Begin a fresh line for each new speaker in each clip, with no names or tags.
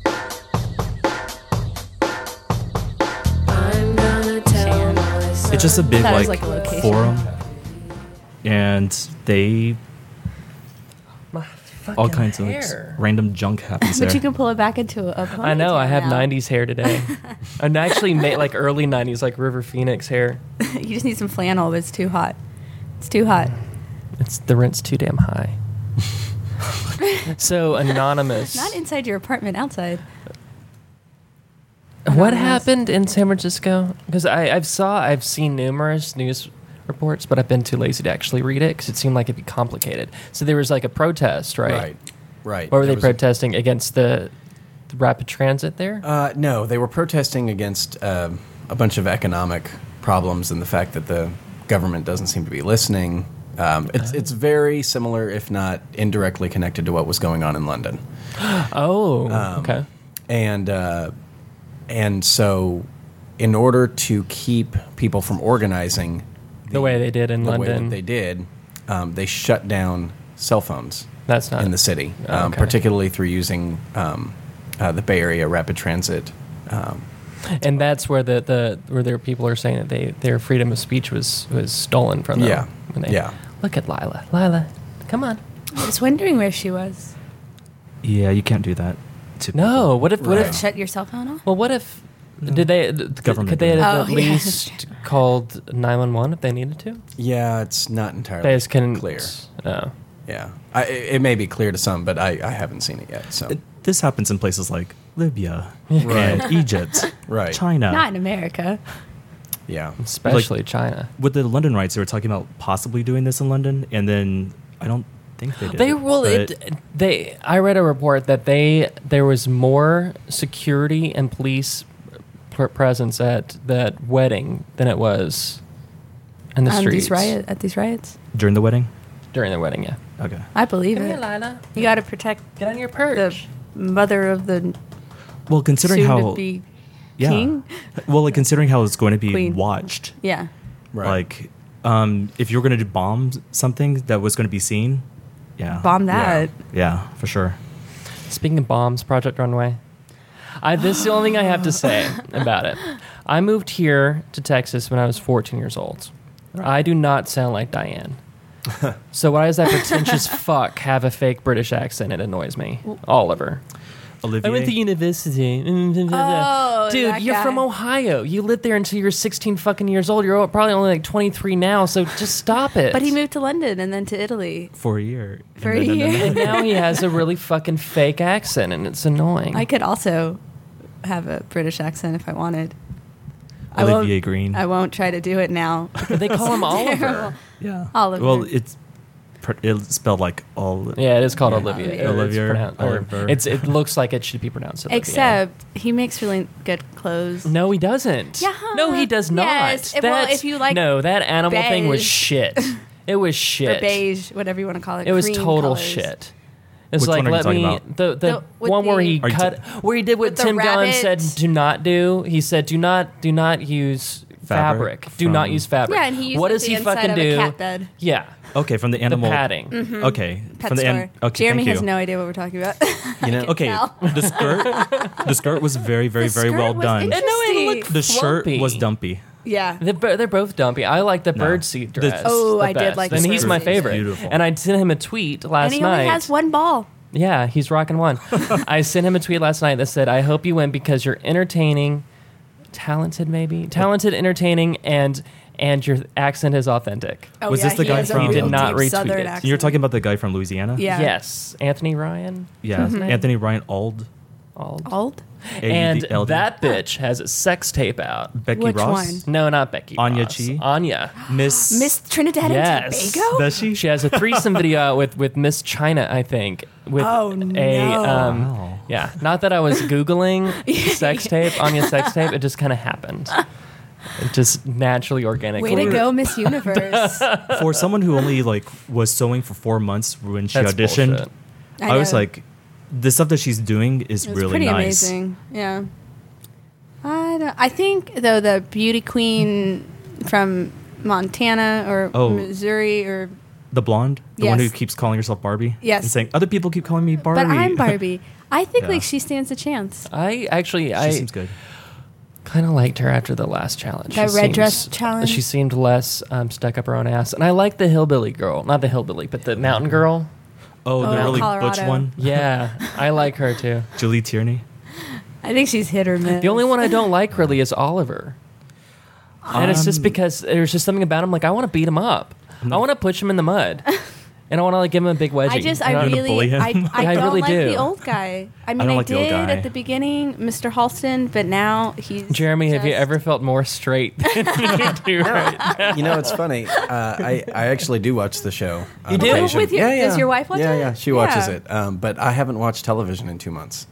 it's just a big
That was,
like,
like, a location.
forum, and they
My
all
fucking
kinds of like, s-
hair.
random junk happens there.
But you can pull it back into a ponytail
I know. I have
now.
'90s hair today, and actually made like early '90s, like River Phoenix hair.
you just need some flannel, but it's too hot. It's too hot.
It's the rent's too damn high. so anonymous.
Not inside your apartment, outside.
what
Anonymous.
happened in San Francisco? Because I I've saw I've seen numerous news reports, but I've been too lazy to actually read it because it seemed like it'd be complicated. So there was like a protest, right?
Right. Right.
What were they
There was a-
protesting against the, the rapid transit there?
Uh, no, they were protesting against um a bunch of economic problems and the fact that the government doesn't seem to be listening. Um, it's, it's very similar, if not indirectly connected to what was going on in London.
oh,
um,
okay.
And, uh, and so, in order to keep people from organizing
The way they did in
the way
London.
that they did, um, they shut down cell phones
That's not
in the city, um,
Ah, Okay.
particularly through using um, uh, the Bay Area rapid transit
and that's where the, the where their people are saying that they their freedom of speech was was stolen from them.
Yeah.
When they-
Yeah.
Look at Lila. Lila, come on.
I was wondering where she was.
yeah, you can't do that. To
No. What if? What if?
Shut your cell phone off.
Well, what if? Did they? th- th-
government
could they
did
have
that.
at
Oh, yeah, that's
least called nine one one if they needed to?
Yeah, it's not entirely
They just couldn't.
clear.
No.
Yeah, I, it it may be clear to some, but I, I haven't seen it yet. So
people. It- this happens in places like Libya
Right.
and Egypt,
Right.
China.
Not in America.
yeah,
Especially China.
With the London riots, they were talking about possibly doing this in London, and then I don't think they did.
They well,
but-
it, they. I read a report that they there was more security and police pr- presence at that wedding than it was in the
Um,
streets
these riot at these riots.
during the wedding.
during the wedding. Yeah,
Okay.
I believe it.
Lila.
You got to protect
Get on your perch.
the mother of the
Well, considering
soon
how
to be
yeah.
king.
Well, like considering how it's going to be
Queen.
watched.
Yeah.
right.
Like, um, if you're going to bomb something that was going to be seen, yeah,
Bomb that.
Yeah, for sure.
Speaking of bombs, Project Runway. I, this is the only thing I have to say about it. I moved here to Texas when I was 14 years old. I do not sound like Diane. so why does that pretentious fuck have a fake British accent? It annoys me. Oliver.
Olivia.
I went to university. Mm, Dude,
Oh, that
you're
guy.
from Ohio. You lived there until you were 16 fucking years old. You're probably only like 23 now, so just stop it.
But he moved to London and then to Italy.
for a year.
For
And
a
then- and then-
year.
And now he has a really fucking fake accent, and it's annoying.
I could also have a British accent if I wanted. I
Olivier
won't,
Green.
I won't try to do it now.
But they call him Oliver.
Terrible.
yeah.
Oliver.
Well, it's pr- it's spelled like all.
Yeah, it is called Olivia.
Olivia.
It's
Olivia,
pronounced- or-
Oliver.
It's it looks like it should be pronounced Olivia.
Except he makes really good clothes.
No, he doesn't.
Yeah.
No, he does not.
Yes. If- well,
That's-
if you like
No, that animal thing was
beige.
shit. It was shit.
Or beige, whatever you want to call it.
It was
cream
total
colours.
shit. It was
Which
like
one are you
let
talking
me
about?
the the,
The- with
one where
the-
he
Are you
cut where he did what
With the
Tim Gunn said
rabbit?
do not do. He said do not do not use fabric.
Fabric
Do not
from-
use fabric.
Yeah, and he used
what
like,
does
the
he
inside
fucking
of
do?
a cat Mm. bed.
Yeah,
Okay, from the animal
the padding.
Okay,
Mm-hmm. Pet
from the
store.
an- okay,
Jeremy
thank you.
has no idea what we're talking about.
you know,
Okay,
tell.
the skirt, the skirt was very, very,
The
very
skirt
well
was
done.
interesting.
The shirt
Flumpy.
was dumpy.
yeah.
They're, bo- they're both dumpy. I like the
No.
birdseed
The-
dress.
Oh,
the
I did
best.
like the
And he's my
birdseed dress.
favorite.
Beautiful.
And I sent him a tweet last
and he
night.
only has one ball.
Yeah, he's rocking one. I sent him a tweet last night that said, "I hope you win because you're entertaining, talented maybe, talented, entertaining, and and your accent is authentic."
Oh,
Was
yeah,
this the
he
guy
has a
from- He did
real
not
deep
retweet
southern
it.
accent.
You're talking about the guy from Louisiana.
Yeah. Mm-hmm.
Yes, Anthony Ryan.
Yeah, Anthony Ryan Ald.
Ald.
Old?
And
AUDLD.
that bitch has a sex tape out.
Becky
Which
Ross.
No, not Becky.
Anya
Ross.
Chi?
Anya.
Miss
Miss Trinidad
Yes.
and Tobago?
Does she?
She has a threesome video out with with Miss China, I think. With
Oh,
a
no.
um,
Wow.
yeah. Not that I was googling sex tape, Anya sex tape. It just kind of happened. It just naturally organically.
Way to go, Miss Universe. I,
for someone who only like was sewing for four months when she
That's
auditioned.
bullshit.
I, was
know.
like, the stuff that she's doing is
It was
really
pretty
nice.
amazing. Yeah. I, don't, I think, though, the beauty queen from Montana or
Oh.
Missouri or.
The blonde, the one who
Yes.
keeps calling herself Barbie,
Yes.
and saying other people keep calling me Barbie.
But I'm Barbie. I think
Yeah.
like she stands a chance.
I actually
she
I
seems good.
kind of liked her after the last challenge.
That
She
red
seems-
dress challenge?
She seemed less um, stuck up her own ass, and I like the hillbilly girl, not the hillbilly, but the mountain girl.
Oh, the
Oh,
really butch
Colorado.
one,
Yeah, I like her too.
Julie Tierney.
I think she's hit or miss.
The only one I don't like really is Oliver. And it's
Um,
just because there's just something about him like I want to beat him up. I want to push him in the mud. and I want to like give him a big wedgie.
I just,
You know
I
what
gonna bully
really,
him.
I, I
Yeah, I
don't
really
like
do.
the old guy. I mean, I,
don't like the old
did
guy.
at the beginning, Mr. Halston, but now he's.
Jeremy, have you
just-
ever felt more straight than you do right now?
you know, it's funny. Uh, I I actually do watch the show. on
You do?
occasion.
With your- does your wife watch
yeah,
it?
Yeah, she watches
Yeah.
it. Um, but I haven't watched television in two months.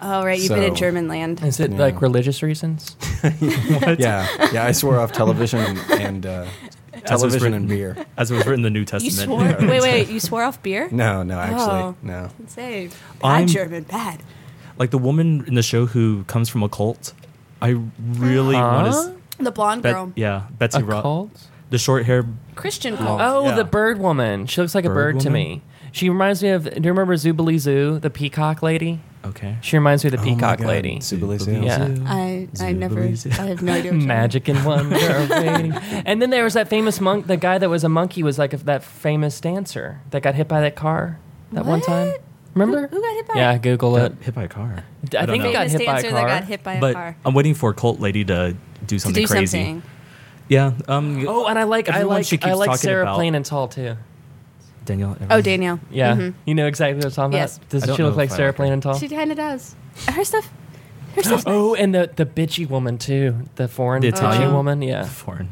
Oh, right. You've been in
So-
German land.
Is it like religious reasons?
Yeah, yeah. I swore off television and, and uh,
As it was
television and
written-
beer.
As it was written in the New
You
Testament.
swore? wait, wait. You swore off beer?
No, no, actually,
Oh.
no.
Say,
I'm-
bad German, bad.
Like the woman in the show who comes from a cult. I really want
Huh?
to.
The blonde
Bet-
girl.
yeah, Betsy
A
Ross.
cult?
The short hair.
Christian cult.
Oh,
Yeah.
the bird woman. She looks like a bird
Bird
to
woman?
me. She reminds me of. Do you remember Zubily Zoo, the peacock lady?
Okay.
She reminds me of the
Oh my
peacock
God,
lady.
Subalisi.
Yeah.
Mm-hmm.
I, I never, I
Zubilis.
have no idea. what you're-
Magic and wonder. are waiting. and then there was that famous monk. The guy that was a monkey was like that famous dancer that got hit by that car that one time.
What?
Remember?
Who- who got hit by
Yeah,
it?
Google it.
Got hit by a car.
I
don't
think
know.
they got
Famous
hit by a
dancer that
car,
got hit by a
But
car.
I'm waiting for a cult lady to do
To
something
do
crazy.
something.
Yeah. Um,
Oh, and I like
everyone
I
she
like
keeps
I like
talking
Sarah
about-
Plain and Tall too.
Danielle. Evans.
Oh, Danielle.
Yeah,
Mhm.
you know exactly what I'm talking
Yes.
about.
I
Does
don't
she
know
look
if
like
I
Sarah
like her.
Plain and Tall?
She kind of does. Her stuff. Her stuff.
Oh, and the the bitchy woman too, the foreign
The
bitchy
Italian?
woman. Yeah,
Foreign.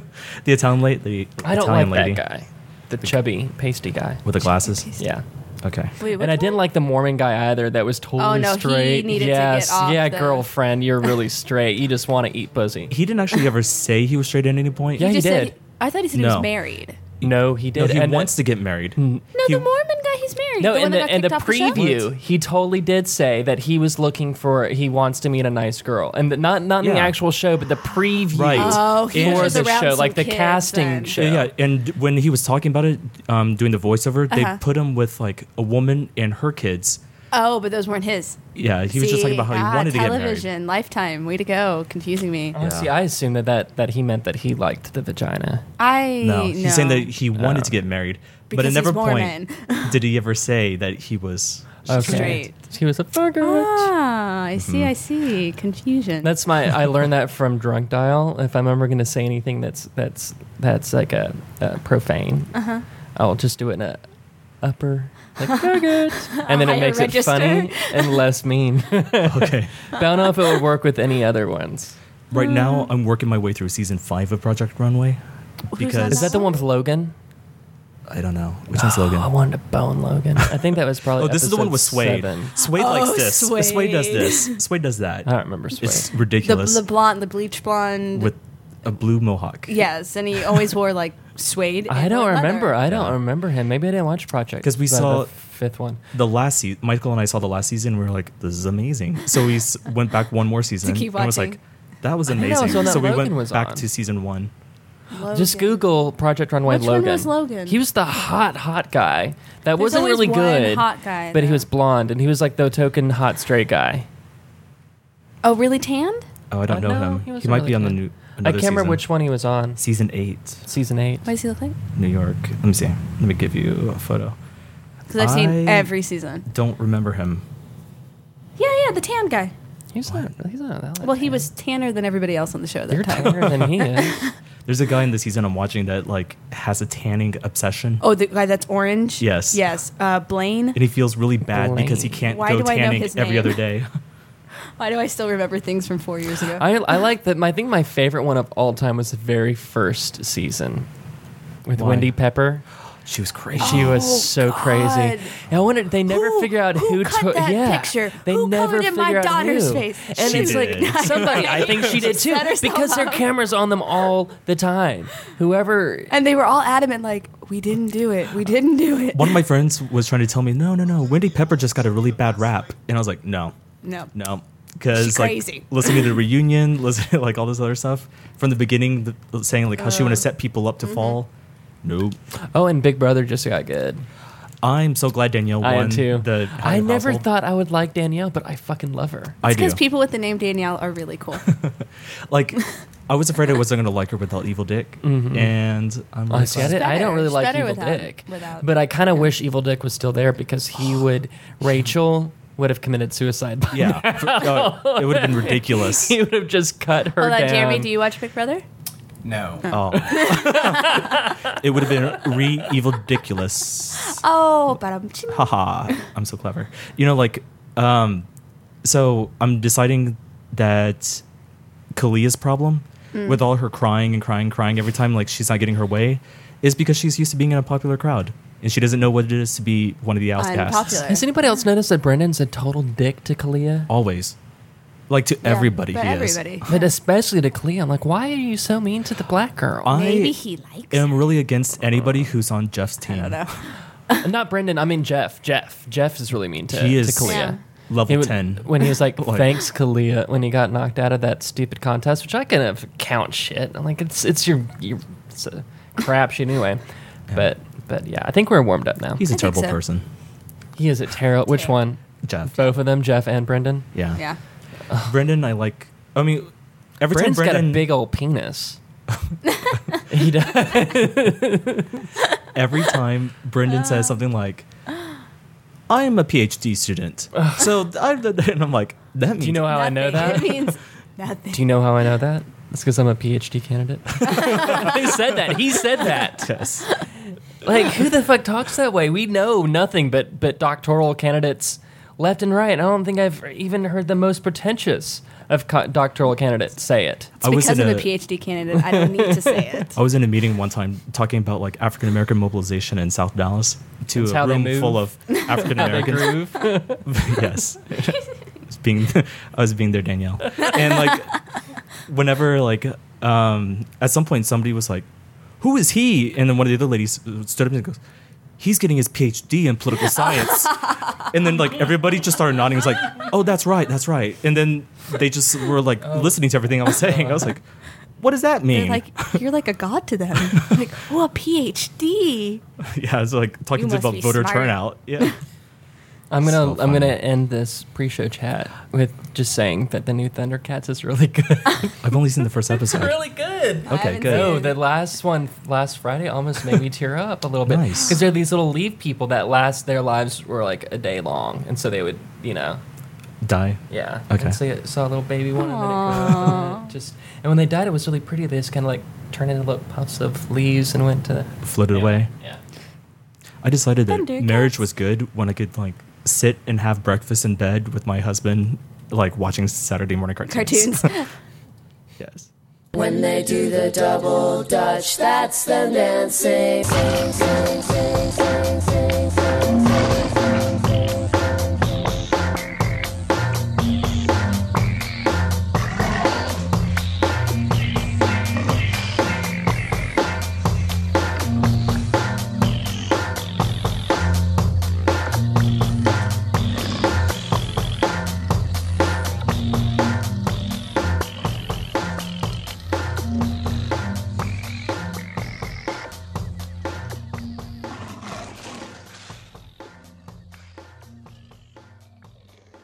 the Italian lady. The
I don't
Italian
like
lady
that guy, the chubby pasty guy.
with the glasses.
Yeah.
Okay.
Wait, which
and I
one?
didn't like the Mormon guy either. That was totally
Oh, no, he
straight.
needed to get
yes,
off
yeah,
the-
girlfriend, you're really straight. You just want to eat pussy.
He didn't actually ever say he was straight at any point.
Yeah, he
just said
did.
I thought he said he
No.
was married.
No, he
No, he
did. and Hmm.
wants
the,
to get married.
No,
He-
the Mormon guy he's married.
No,
the one
in
that
the
got
in the
kicked off the
preview,
show?
he totally did say that he was looking for. He wants to meet a nice girl, and the, not not in the
Yeah.
actual show, but the preview
Right.
Oh, he
for
was
the
around
show,
some
like the
kids
casting
then.
show.
Yeah, yeah, and when he was talking about it, um, doing the voiceover, they
Uh-huh.
put him with like a woman and her kids.
Oh, but those weren't his.
Yeah, he was just talking about how he
ah,
wanted to get married.
television, Lifetime, way to go, confusing me.
Oh, see, I assumed that, that that he meant that he liked the vagina.
I
No,
no.
he's saying that he wanted
Uh.
to get married, but
Because
at never
he's
point did he ever say that he was.
Straight.
She was a fucker.
Ah, I
Mm-hmm.
see, I see. Confusion.
That's my. I learned that from Drunk Dial. If I'm ever going to say anything that's that's that's like a, a profane,
Uh-huh.
I'll just do it in a upper like faggot, and then it
higher
makes it
register.
funny and less mean.
Okay.
but I don't know if it would work with any other ones.
right now, I'm working my way through season five of Project Runway
on
because
Is Mm. that the one with Logan? Oh,
I don't know which one's Logan.
I wanted to bone Logan. I think that was probably.
Oh, this is the one
episode
with Suede.
seven.
Suede likes
Oh,
this. Suede. does
Suede.
this. Suede does that.
I don't remember Suede.
It's
the,
ridiculous.
the blonde, the bleach blonde.
with a blue mohawk.
yes, and he always wore like suede.
I
and
don't
leather.
remember. I don't remember him. Maybe I didn't watch Project
'Cause we
the- the
saw-
fifth one.
The last season, Michael and I saw the last season. We were like, "This is amazing." So we s- went back one more season
keep
and was
watching.
like, "That was
didn't know it
amazing."
was on that
so we
Logan
went
was
back
on.
to season one.
Logan.
Just Google Project Runway
Which one
Logan.
was Logan?
He was the hot, hot guy. That wasn't
always
really
one
good.
hot guy,
but he
though.
was blonde, and he was like the token hot straight guy.
Oh, really tanned?
Oh, I don't
Uh,
know
no,
him.
he
He,
wasn't
might
really
be on the
good.
new.
I
Another
can't remember
season.
which one he was on.
Season eight,
Season eight.
What does he look like?
New York. Let me see. Let me give you a photo.
Because I've seen
I-
every season.
Don't remember him.
Yeah, yeah, the tan guy.
He's not. He's not. that
Well, he
tan.
was tanner than everybody else on the show at
You're
that time.
tanner than he is.
There's a guy in the season I'm watching that like has a tanning obsession,
Oh, the guy that's orange.
Yes.
Yes. Uh, Blaine.
and he feels really bad because he
Blaine.
can't
Why
go
do I know
tanning
his
every
name?
other day.
Why do I still remember things from four years ago?
I, I like that. I think my favorite one of all time was the very first season with
Why?
Wendy Pepper.
she was crazy.
She
Oh.
was so
God.
crazy. And I wonder they never
Who-
figure out
who
who,
cut
took
that
yeah,
picture?
They
Who
never
colored in my
figure out
daughter's
who.
face?
And
She
it's like
did.
somebody I think she did too
Set herself
because their
up.
cameras on them all the time. Whoever
and they were all adamant, like, we didn't do it. We didn't do it.
One of my friends was trying to tell me, no, no, no, Wendy Pepper just got a really bad rap. And I was like, no,
No.
no.
She's
Because, like,
crazy.
listening to the reunion, listening to, like, all this other stuff from the beginning, the,
Oh. Mm-hmm.
saying, like, how she want to set people up to fall. Nope.
Oh, and Big Brother just got good.
I'm so glad Danielle won
I am too.
the.
I
Howard
never
Household.
thought I would like Danielle, but I fucking love her.
I do.
because people with the name Danielle are really cool.
like, I was afraid I wasn't going to like her without Evil Dick, and I'm really
Mm-hmm. I see. I,
glad.
did, I
better.
don't really
It's
like
better
Evil
without-
Dick,
without-
but I kind of wish Evil Dick was still there because he would. Rachel would have committed suicide. By
Yeah, No, it would have been ridiculous.
he would have just cut her
Hold on,
down.
Jeremy, do you watch Big Brother?
No.
Oh. it would have been re evil ridiculous.
Oh, but I'm ching.
Haha. I'm so clever. You know, like, um, so I'm deciding that Kalia's problem
Mm.
with all her crying and crying, crying every time, like, she's not getting her way, is because she's used to being in a popular crowd and she doesn't know what it is to be one of the outcasts.
Unpopular.
Has anybody else noticed that Brendan's a total dick to Kalia?
Always. Like, to
Yeah,
everybody,
but
he
everybody.
is.
But especially to Kalia, I'm like, why are you so mean to the black girl?
I
Maybe he likes.
am really against anybody who's on Jeff's team.
I don't know.
Not Brendan. I mean Jeff. Jeff. Jeff is really mean to,
He is
to Kalia.
Yeah.
level
He would-
10.
When he was like,
Like-
"Thanks, Kalia," when he got knocked out of that stupid contest, which I kind of count shit. I'm like, it's it's your, your it's a crap shit anyway. But but yeah, I think we're warmed up now.
He's a
I think
terrible
so.
person.
he is a terrible. Which
Terrible.
one?
Jeff.
Both of them, Jeff and Brendan.
Yeah.
Yeah.
Brendan, I like. I mean, every
Brendan's
time Brendan,
got a big old penis. he does.
every time Brendan says something like, "I am a PhD student," so I, and I'm like, that means
Do you know how Oh, I know
Nothing.
that?
It means nothing.
Do you know how I know that? It's because I'm a PhD candidate. Who said that? He said that.
yes.
Like, who the fuck talks that way? We know nothing but but doctoral candidates left and right. I don't think I've even heard the most pretentious of co- doctoral candidates say it.
It's
I was
because
in
I'm a
a-
PhD candidate. I don't need to say it.
I was in a meeting one time talking about like African American mobilization in South Dallas to
That's
a
how they
room
move.
full of African Americans.
groove.
yes. I was being I was being their Danielle. And like whenever like um at some point somebody was like, Who is he? And then one of the other ladies stood up and goes, He's getting his PhD in political science. and then like everybody just started nodding. It's like, Oh, that's right, that's right. And then they just were like listening to everything I was saying. I was like, What does that
They're
mean?
like you're like a god to them. like, oh, a PhD.
yeah, it's like talking
You
to
must
about
be
voter
smart.
turnout. Yeah.
I'm
So
gonna I'm
funny.
gonna end this pre-show chat with just saying that the new Thundercats is really good.
I've only seen the first episode.
good.
I
Okay,
haven't
good.
seen
No,
it.
the last one last Friday almost made me tear up a little bit because
Nice.
they're these little leaf people that last their lives were like a day long, and so they would you know
Die.
yeah
Okay.
And so you saw a little baby one and then it grew up and then it just and when they died it was really pretty. They just kind of like turned into little puffs of leaves and went to
Floated
yeah,
away.
Yeah.
I decided that
Thunder
marriage
cats.
was good when I could like sit and have breakfast in bed with my husband, like watching Saturday morning cartoons.
Cartoons.
yes.
When they do the double dutch, that's them dancing.